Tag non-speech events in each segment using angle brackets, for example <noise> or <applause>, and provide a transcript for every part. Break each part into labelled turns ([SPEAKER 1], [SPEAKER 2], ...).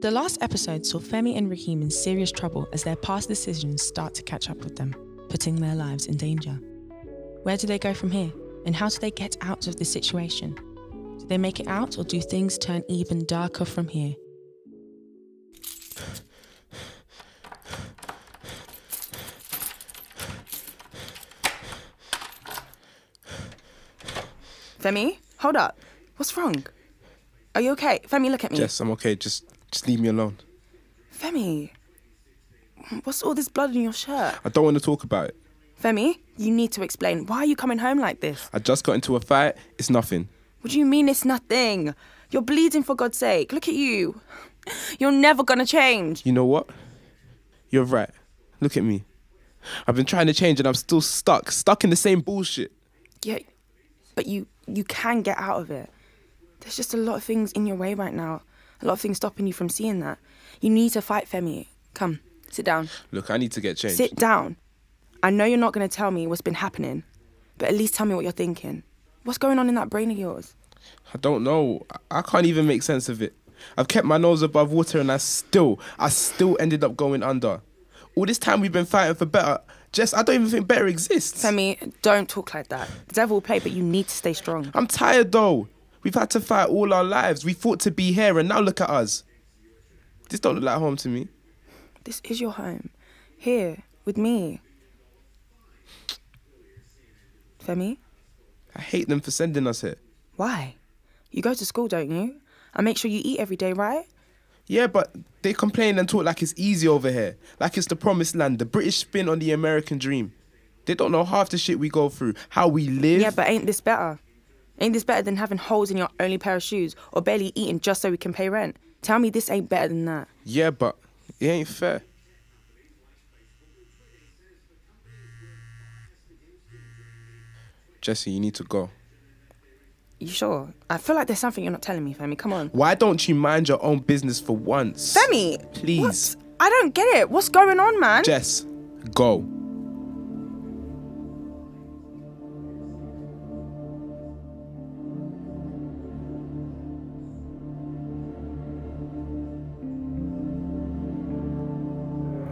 [SPEAKER 1] The last episode saw Femi and Raheem in serious trouble as their past decisions start to catch up with them, putting their lives in danger. Where do they go from here? And how do they get out of this situation? Do they make it out or do things turn even darker from here?
[SPEAKER 2] Femi, hold up. What's wrong? Are you okay? Femi, look at me.
[SPEAKER 3] Yes, I'm okay. Just just leave me alone.
[SPEAKER 2] Femi, what's all this blood in your shirt?
[SPEAKER 3] I don't want to talk about it.
[SPEAKER 2] Femi, you need to explain. Why are you coming home like this?
[SPEAKER 3] I just got into a fight. It's nothing.
[SPEAKER 2] What do you mean it's nothing? You're bleeding for God's sake. Look at you. You're never gonna change.
[SPEAKER 3] You know what? You're right. Look at me. I've been trying to change and I'm still stuck. Stuck in the same bullshit.
[SPEAKER 2] Yeah, but you you can get out of it. There's just a lot of things in your way right now. A lot of things stopping you from seeing that. You need to fight, Femi. Come, sit down.
[SPEAKER 3] Look, I need to get changed.
[SPEAKER 2] Sit down. I know you're not gonna tell me what's been happening, but at least tell me what you're thinking. What's going on in that brain of yours?
[SPEAKER 3] I don't know. I- I can't even make sense of it. I've kept my nose above water and I still, I still ended up going under. All this time we've been fighting for better. Jess, I don't even think better exists.
[SPEAKER 2] Femi, don't talk like that. The devil will play, but you need to stay strong.
[SPEAKER 3] I'm tired though. We've had to fight all our lives. We fought to be here and now look at us. This don't look like home to me.
[SPEAKER 2] This is your home. Here, with me. Femi,
[SPEAKER 3] I hate them for sending us here.
[SPEAKER 2] why? You go to school, don't you? I make sure you eat every day, right?
[SPEAKER 3] Yeah, but they complain and talk like it's easy over here, like it's the promised land, the British spin on the American dream. They don't know half the shit we go through, how we live.
[SPEAKER 2] Yeah, but ain't this better? Ain't this better than having holes in your only pair of shoes or barely eating just so we can pay rent? Tell me this ain't better than that.
[SPEAKER 3] yeah, but it ain't fair. Jesse, you need to go.
[SPEAKER 2] You sure? I feel like there's something you're not telling me, Femi. Come on.
[SPEAKER 3] Why don't you mind your own business for once?
[SPEAKER 2] Femi!
[SPEAKER 3] Please.
[SPEAKER 2] What? I don't get it. What's going on, man?
[SPEAKER 3] Jess, go.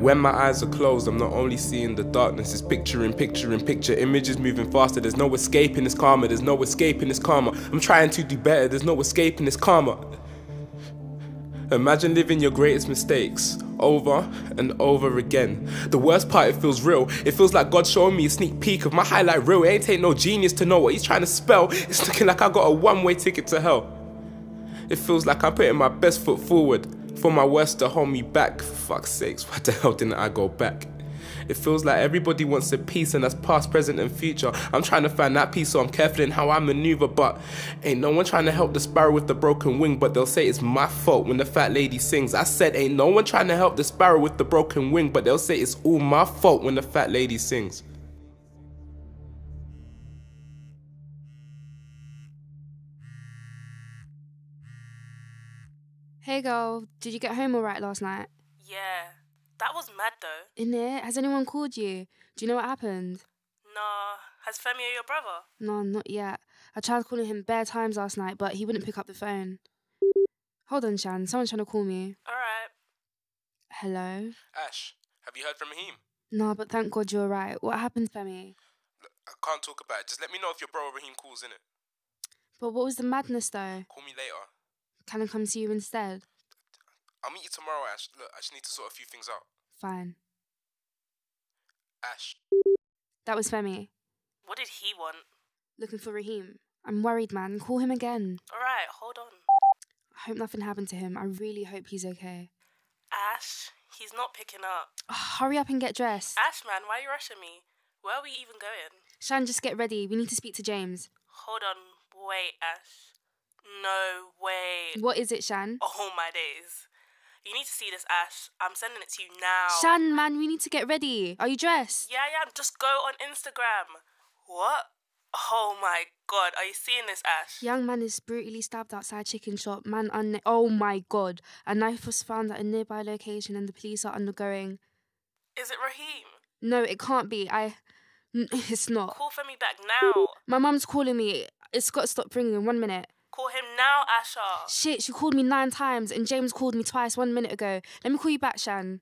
[SPEAKER 3] When my eyes are closed, I'm not only seeing the darkness, it's picture in picture in picture. Images moving faster, there's no escaping this karma, there's no escaping this karma. I'm trying to do better, there's no escaping this karma. Imagine living your greatest mistakes over and over again. The worst part, it feels real. It feels like God showing me a sneak peek of my highlight reel. It ain't take no genius to know what he's trying to spell. It's looking like I got a one way ticket to hell. It feels like I'm putting my best foot forward for my worst to hold me back. For fuck's sakes, <laughs> why the hell didn't I go back? It feels like everybody wants a piece, and that's past, present, and future. I'm trying to find that piece, so I'm careful in how I maneuver. But ain't no one trying to help the sparrow with the broken wing, but they'll say it's my fault when the fat lady sings. I said, ain't no one trying to help the sparrow with the broken wing, but they'll say it's all my fault when the fat lady sings.
[SPEAKER 4] Hey girl, did you get home alright last night?
[SPEAKER 5] Yeah, that was mad though.
[SPEAKER 4] In it? Has anyone called you? Do you know what happened?
[SPEAKER 5] Nah, has Femi or your brother?
[SPEAKER 4] No, not yet. I tried calling him bare times last night, but he wouldn't pick up the phone. Hold on, Shan. Someone's trying to call me.
[SPEAKER 5] Alright.
[SPEAKER 4] Hello?
[SPEAKER 3] Ash, have you heard from Raheem?
[SPEAKER 4] No, but thank God you're alright. What happened, Femi?
[SPEAKER 3] I can't talk about it. Just let me know if your bro Raheem calls in it.
[SPEAKER 4] But what was the madness though?
[SPEAKER 3] Call me later.
[SPEAKER 4] Can I come see you instead?
[SPEAKER 3] I'll meet you tomorrow, Ash. Look, I just need to sort a few things out.
[SPEAKER 4] Fine.
[SPEAKER 3] Ash.
[SPEAKER 4] That was Femi.
[SPEAKER 5] What did he want?
[SPEAKER 4] Looking for Raheem. I'm worried, man. Call him again.
[SPEAKER 5] Alright, hold on.
[SPEAKER 4] I hope nothing happened to him. I really hope he's okay.
[SPEAKER 5] Ash, he's not picking up.
[SPEAKER 4] hurry up and get dressed.
[SPEAKER 5] Ash, man, why are you rushing me? Where are we even going?
[SPEAKER 4] Shan, just get ready. We need to speak to James.
[SPEAKER 5] Hold on, wait, Ash. No way.
[SPEAKER 4] What is it, Shan?
[SPEAKER 5] Oh my days. You need to see this, Ash. I'm sending it to you now.
[SPEAKER 4] Shan, man, we need to get ready. Are you dressed?
[SPEAKER 5] Yeah, yeah, just go on Instagram. What? Oh my god, are you seeing this, Ash?
[SPEAKER 4] Young man is brutally stabbed outside chicken shop. Man, unna- oh my god! A knife was found at a nearby location, and the police are undergoing.
[SPEAKER 5] Is it Raheem?
[SPEAKER 4] No, it can't be. I, <laughs> N- it's not.
[SPEAKER 5] Call Femi back now.
[SPEAKER 4] My mum's calling me. It's got to stop ringing. One minute.
[SPEAKER 5] Call him now, Asha.
[SPEAKER 4] Shit, she called me nine times and James called me twice one minute ago. Let me call you back, Shan.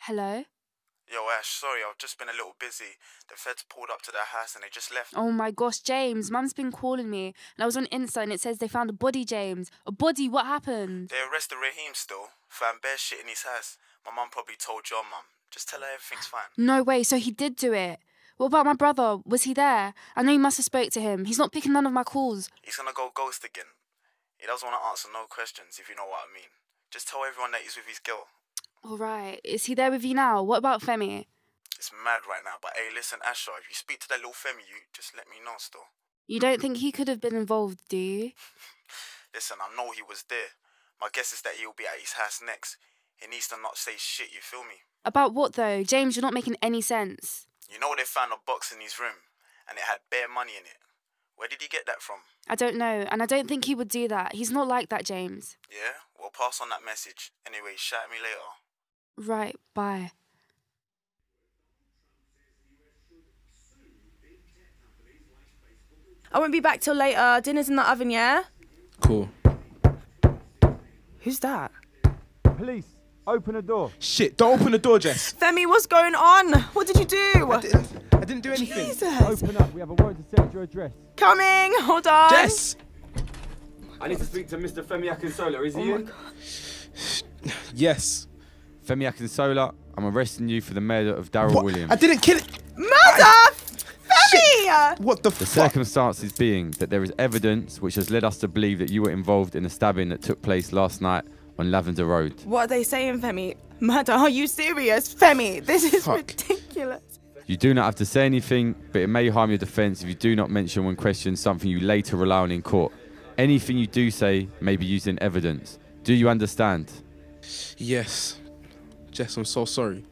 [SPEAKER 4] Hello?
[SPEAKER 6] Yo, Ash, sorry, I've just been a little busy. The feds pulled up to their house and they just left.
[SPEAKER 4] Oh my gosh, James, mum's been calling me. And I was on Insta and it says they found a body, James. A body, what happened?
[SPEAKER 6] They arrested Raheem still. Found bear shit in his house. My mum probably told your mum. Just tell her everything's fine.
[SPEAKER 4] No way, so he did do it. What about my brother? Was he there? I know you must have spoke to him. He's not picking none of my calls.
[SPEAKER 6] He's gonna go ghost again. He doesn't wanna answer no questions, if you know what I mean. Just tell everyone that he's with his girl.
[SPEAKER 4] All right, is he there with you now? What about Femi?
[SPEAKER 6] It's mad right now, but hey, listen, Asha, if you speak to that little Femi, you just let me know still.
[SPEAKER 4] You don't think he could have been involved, do you?
[SPEAKER 6] Listen, I know he was there. My guess is that he'll be at his house next. He needs to not say shit, you feel me?
[SPEAKER 4] About what though? James, you're not making any sense.
[SPEAKER 6] You know they found a box in his room, and it had bare money in it. Where did he get that from?
[SPEAKER 4] I don't know, and I don't think he would do that. He's not like that, James.
[SPEAKER 6] Yeah, well, pass on that message. Anyway, shout at me later.
[SPEAKER 4] Right, bye.
[SPEAKER 2] I won't be back till later. Dinner's in the oven, yeah?
[SPEAKER 3] Cool.
[SPEAKER 2] Who's that?
[SPEAKER 7] Police, open the door.
[SPEAKER 3] Shit, don't open the door, Jess.
[SPEAKER 2] Femi, what's going on? What did you do?
[SPEAKER 3] I didn't do anything.
[SPEAKER 2] Jesus.
[SPEAKER 7] Open up. We have a warrant to search your address.
[SPEAKER 2] Coming. Hold on.
[SPEAKER 3] Jess!
[SPEAKER 8] I need to speak to Mr. Femi Akinsola. Is he in?
[SPEAKER 3] Yes.
[SPEAKER 7] Femi Akinsola, I'm arresting you for the murder of
[SPEAKER 3] What?
[SPEAKER 7] Daryl Williams.
[SPEAKER 3] I didn't kill it.
[SPEAKER 2] Murder! Femi!
[SPEAKER 3] What the,
[SPEAKER 7] the
[SPEAKER 3] fuck?
[SPEAKER 7] circumstances being that there is evidence which has led us to believe that you were involved in the stabbing that took place last night on Lavender Road.
[SPEAKER 2] What are they saying, Femi? Murder? Are you serious? Femi, this is
[SPEAKER 3] Fuck.
[SPEAKER 2] ridiculous.
[SPEAKER 7] You do not have to say anything, but it may harm your defence if you do not mention when questioned something you later rely on in court. Anything you do say may be used in evidence. Do you understand?
[SPEAKER 3] yes. Jess, I'm so sorry.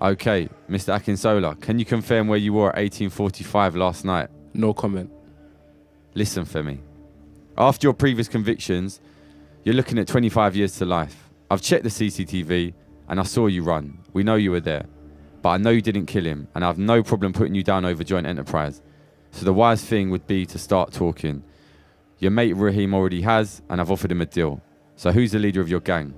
[SPEAKER 7] Okay, Mr. Akinsola, can you confirm where you were at 1845 last night?
[SPEAKER 3] No comment.
[SPEAKER 7] Listen, Femi. After your previous convictions, you're looking at 25 years to life. I've checked the CCTV and I saw you run. We know you were there. But I know you didn't kill him and I have no problem putting you down over joint enterprise. So the wise thing would be to start talking. Your mate Raheem already has and I've offered him a deal. So who's the leader of your gang?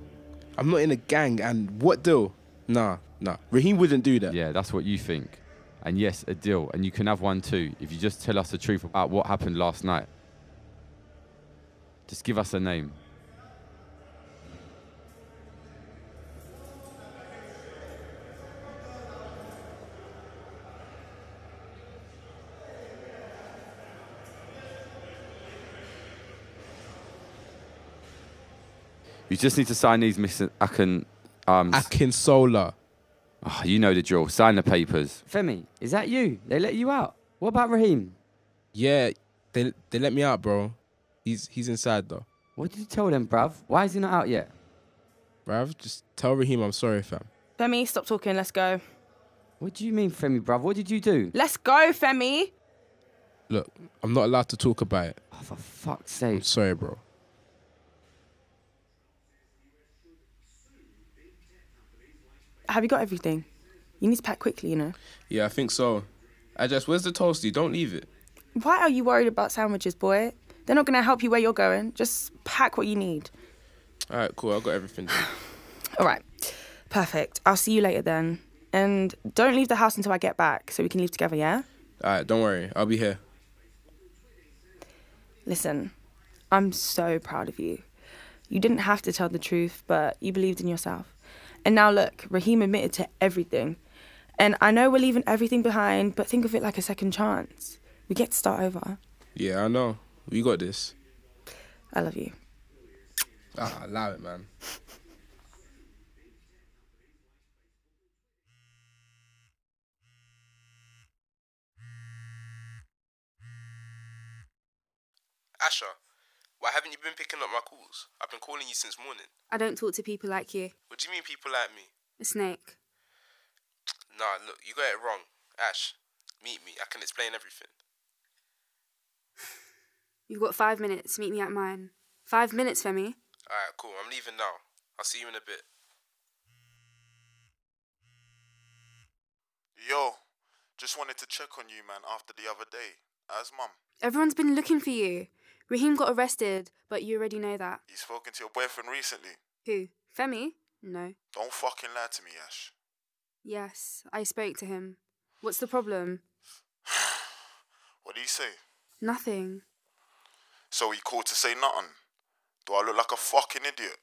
[SPEAKER 3] I'm not in a gang, and what deal? Nah, nah. Raheem wouldn't do that.
[SPEAKER 7] Yeah, that's what you think. And yes, a deal. And you can have one too if you just tell us the truth about what happened last night. Just give us a name. You just need to sign these, Mr. Akin. Um,
[SPEAKER 3] Akin Solar.
[SPEAKER 7] ah, you know the drill. Sign the papers.
[SPEAKER 9] Femi, is that you? They let you out. What about Raheem?
[SPEAKER 3] Yeah, they they let me out, bro. He's he's inside though.
[SPEAKER 9] What did you tell them, bruv? Why is he not out yet?
[SPEAKER 3] Bruv, just tell Raheem I'm sorry, fam.
[SPEAKER 2] Femi, stop talking. Let's go.
[SPEAKER 9] What do you mean, Femi, bruv? What did you do?
[SPEAKER 2] Let's go, Femi.
[SPEAKER 3] Look, I'm not allowed to talk about it.
[SPEAKER 9] Oh, for fuck's
[SPEAKER 3] I'm
[SPEAKER 9] sake.
[SPEAKER 3] sorry, bro.
[SPEAKER 2] Have you got everything? You need to pack quickly, you know.
[SPEAKER 3] Yeah, I think so. I just where's the toasty? Don't leave it.
[SPEAKER 2] Why are you worried about sandwiches, boy? They're not going to help you where you're going. Just pack what you need.
[SPEAKER 3] All right, cool. I got everything.
[SPEAKER 2] All right. Perfect. I'll see you later then. And don't leave the house until I get back so we can leave together, yeah?
[SPEAKER 3] All right, don't worry. I'll be here.
[SPEAKER 2] Listen, I'm so proud of you. You didn't have to tell the truth, but you believed in yourself. And now look, Raheem admitted to everything. And I know we're leaving everything behind, but think of it like a second chance. We get to start over.
[SPEAKER 3] Yeah, I know. We got this.
[SPEAKER 2] I love you.
[SPEAKER 3] Ah, allow it, man. Asha, why haven't you been picking up my calls? I've been calling you since morning.
[SPEAKER 4] I don't talk to people like you.
[SPEAKER 3] What do you mean people like me?
[SPEAKER 4] A snake.
[SPEAKER 3] Nah, look, you got it wrong. Ash, meet me. I can explain everything.
[SPEAKER 4] You've got five minutes. Meet me at mine. Five minutes, Femi.
[SPEAKER 3] Alright, cool. I'm leaving now. I'll see you in a bit.
[SPEAKER 6] Yo, just wanted to check on you, man, after the other day. As mum,
[SPEAKER 4] Everyone's been looking for you. Raheem got arrested, but you already know that.
[SPEAKER 6] you spoken to your boyfriend recently.
[SPEAKER 4] Who? Femi? No.
[SPEAKER 6] Don't fucking lie to me, Ash.
[SPEAKER 4] Yes, I spoke to him. What's the problem?
[SPEAKER 6] What do you say?
[SPEAKER 4] Nothing.
[SPEAKER 6] So he called to say nothing. Do I look like a fucking idiot?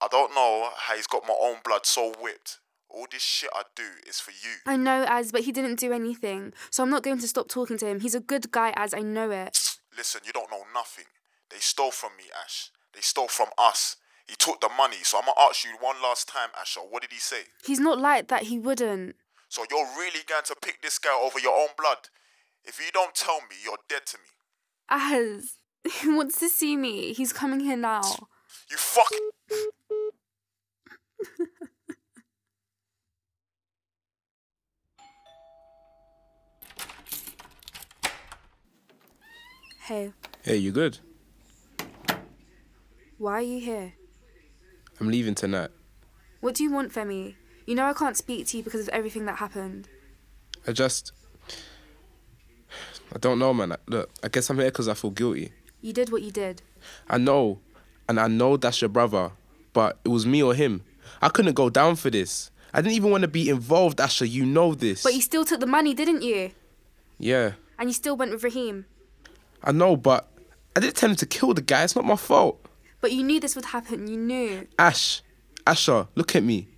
[SPEAKER 6] I don't know how he's got my own blood so whipped. All this shit I do is for you.
[SPEAKER 4] I know Az, but he didn't do anything. So I'm not going to stop talking to him. He's a good guy, Az. I know it.
[SPEAKER 6] Listen, you don't know nothing. They stole from me, Ash. They stole from us. He took the money, so I'm gonna ask you one last time, Asher. What did he say?
[SPEAKER 4] He's not like that. He wouldn't.
[SPEAKER 6] So you're really going to pick this guy over your own blood? If you don't tell me, you're dead to me.
[SPEAKER 4] Az, <laughs> he wants to see me. He's coming here now.
[SPEAKER 6] You fuck.
[SPEAKER 4] Hey,
[SPEAKER 3] Hey, you good?
[SPEAKER 4] why are you here?
[SPEAKER 3] I'm leaving tonight.
[SPEAKER 4] What do you want, Femi? You know I can't speak to you because of everything that happened.
[SPEAKER 3] I just. I don't know, man. I- Look, I guess I'm here because I feel guilty.
[SPEAKER 4] You did what you did.
[SPEAKER 3] I know, and I know that's your brother, but it was me or him. I couldn't go down for this. I didn't even want to be involved, Asher. You know this.
[SPEAKER 4] But you still took the money, didn't you?
[SPEAKER 3] yeah,
[SPEAKER 4] And you still went with Raheem.
[SPEAKER 3] I know, but I didn't tell him to kill the guy. It's not my fault.
[SPEAKER 4] But you knew this would happen. You knew.
[SPEAKER 3] Ash, Asher, look at me.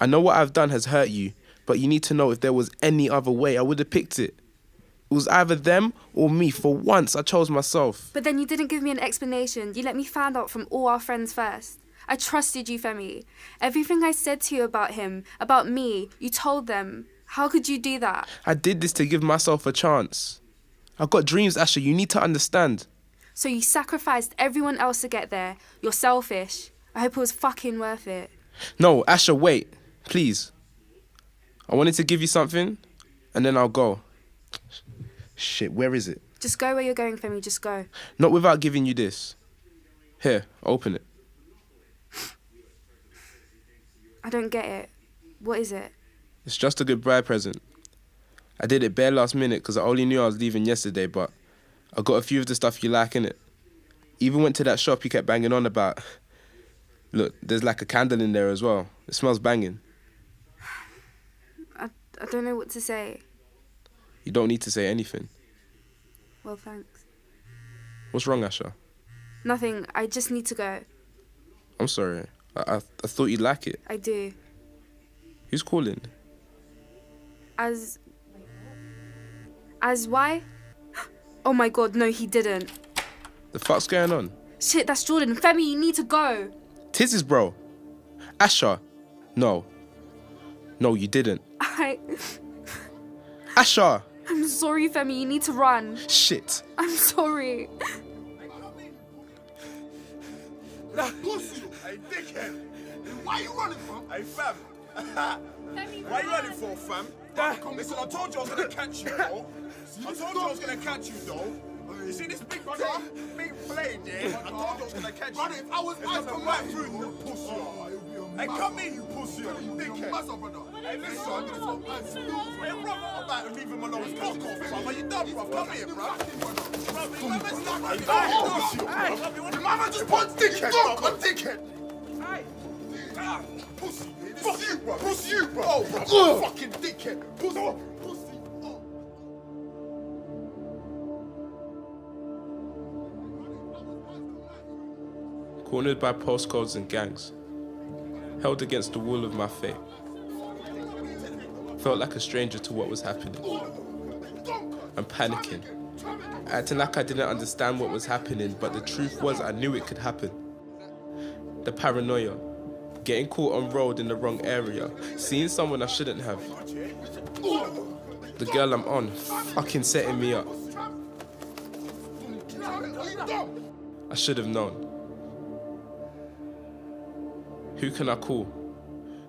[SPEAKER 3] I know what I've done has hurt you, but you need to know if there was any other way, I would have picked it. It was either them or me. For once, I chose myself.
[SPEAKER 4] But then you didn't give me an explanation. You let me find out from all our friends first. I trusted you, Femi. Everything I said to you about him, about me, you told them. How could you do that?
[SPEAKER 3] I did this to give myself a chance. I've got dreams, Asher. You need to understand.
[SPEAKER 4] So you sacrificed everyone else to get there. You're selfish. I hope it was fucking worth it.
[SPEAKER 3] No, Asher, wait. Please. I wanted to give you something, and then I'll go. Shit, where is it?
[SPEAKER 4] Just go where you're going, Femi. Just go.
[SPEAKER 3] Not without giving you this. Here, open it.
[SPEAKER 4] I don't get it. What is it?
[SPEAKER 3] It's just a goodbye present. I did it bare last minute because I only knew I was leaving yesterday, but I got a few of the stuff you like in it. Even went to that shop you kept banging on about. Look, there's like a candle in there as well. It smells banging.
[SPEAKER 4] I, I don't know what to say.
[SPEAKER 3] You don't need to say anything.
[SPEAKER 4] Well, thanks.
[SPEAKER 3] What's wrong, Asha?
[SPEAKER 4] Nothing. I just need to go.
[SPEAKER 3] I'm sorry. I, I, I thought you'd like it.
[SPEAKER 4] I do.
[SPEAKER 3] Who's calling?
[SPEAKER 4] As. As why? <gasps> Oh my god, no, he didn't.
[SPEAKER 3] The fuck's going on?
[SPEAKER 4] Shit, that's Jordan. Femi, you need to go. <laughs>
[SPEAKER 3] Tiz is bro. Asha. No. No, you didn't.
[SPEAKER 4] I.
[SPEAKER 3] Asha!
[SPEAKER 4] I'm sorry, Femi. You need to run. <laughs>
[SPEAKER 3] Shit.
[SPEAKER 4] I'm sorry.
[SPEAKER 6] Why you running from? Hey, fam. Why you running for, fam? Listen, I told you I was gonna catch you, <laughs> though. I told you I was gonna catch you, though. You see this big brother? Big blade, yeah? I told you I was gonna catch you. If I was I'd come right through you, pussy. Hey, come in, you pussy. You dickhead. Hey, listen, I'm gonna Hey, brother, what about leave him alone? Fuck off, brother. You dumb, bruv. Come here, bruv. Brother, remember, stop. Hey, pussy. Mama just wants dickhead, bruv. A dickhead. Pussy, fuck you, bro. Pussy, you, bro. Oh, bro. Fucking dickhead. Pussy. Pussy. Oh.
[SPEAKER 3] cornered by postcodes and gangs, held against the wall of my fate. Felt like a stranger to what was happening. I'm panicking, acting like I didn't understand what was happening, but the truth was I knew it could happen. The paranoia, getting caught on road in the wrong area, seeing someone I shouldn't have. The girl I'm on, fucking setting me up. I should have known. Who can I call?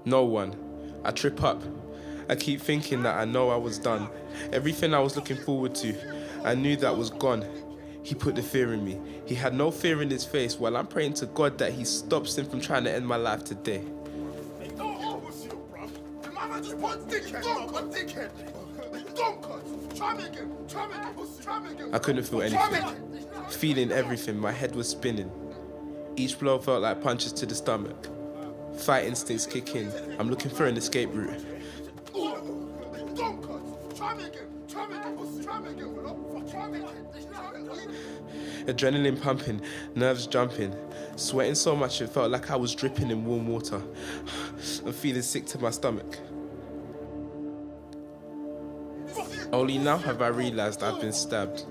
[SPEAKER 3] No one. I trip up. I keep thinking that I know I was done. Everything I was looking forward to, I knew that was gone. He put the fear in me. He had no fear in his face while I'm praying to God that he stops him from trying to end my life today.
[SPEAKER 6] Hey, don't almost you, bruv. The man just one dickhead, don't cut dickhead. Don't cut. Try me again. Try me again. Try me again.
[SPEAKER 3] I couldn't feel
[SPEAKER 6] Try me
[SPEAKER 3] anything.
[SPEAKER 6] again.
[SPEAKER 3] Feeling everything, my head was spinning. Each blow felt like punches to the stomach. Fight instincts kick in. I'm looking for an escape route.
[SPEAKER 6] Don't cut. Try me again. Try me again. Try me again. Look, Try me again. Try me again.
[SPEAKER 3] Adrenaline pumping, nerves jumping, sweating so much it felt like I was dripping in warm water. <sighs> I'm feeling sick to my stomach. Only now have I realized I've been stabbed.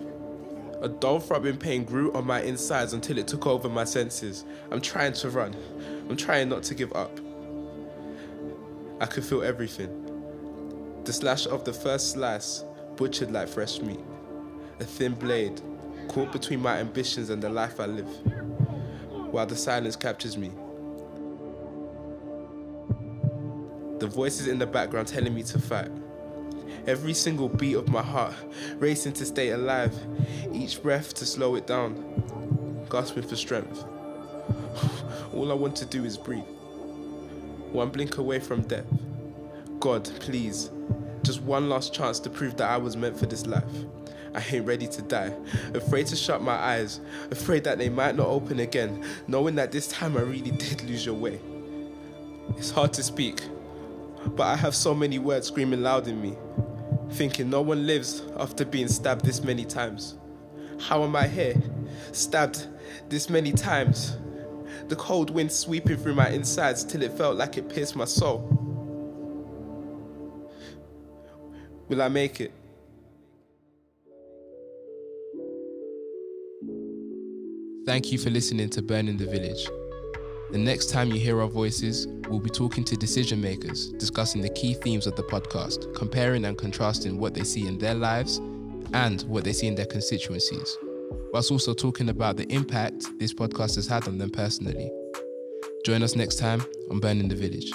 [SPEAKER 3] A dull throbbing pain grew on my insides until it took over my senses. I'm trying to run. I'm trying not to give up. I could feel everything. The slash of the first slice, butchered like fresh meat. A thin blade, caught between my ambitions and the life I live, while the silence captures me. The voices in the background telling me to fight. Every single beat of my heart racing to stay alive, each breath to slow it down, gasping for strength. <sighs> All I want to do is breathe. One blink away from death. God, please, just one last chance to prove that I was meant for this life. I ain't ready to die, afraid to shut my eyes, afraid that they might not open again, knowing that this time I really did lose your way. It's hard to speak, but I have so many words screaming loud in me, thinking no one lives after being stabbed this many times. How am I here? Stabbed this many times. The cold wind sweeping through my insides till it felt like it pierced my soul. Will I make it? Thank you for listening to Burning the Village. The next time you hear our voices, we'll be talking to decision makers, discussing the key themes of the podcast, comparing and contrasting what they see in their lives and what they see in their constituencies, whilst also talking about the impact this podcast has had on them personally. Join us next time on Burning the Village.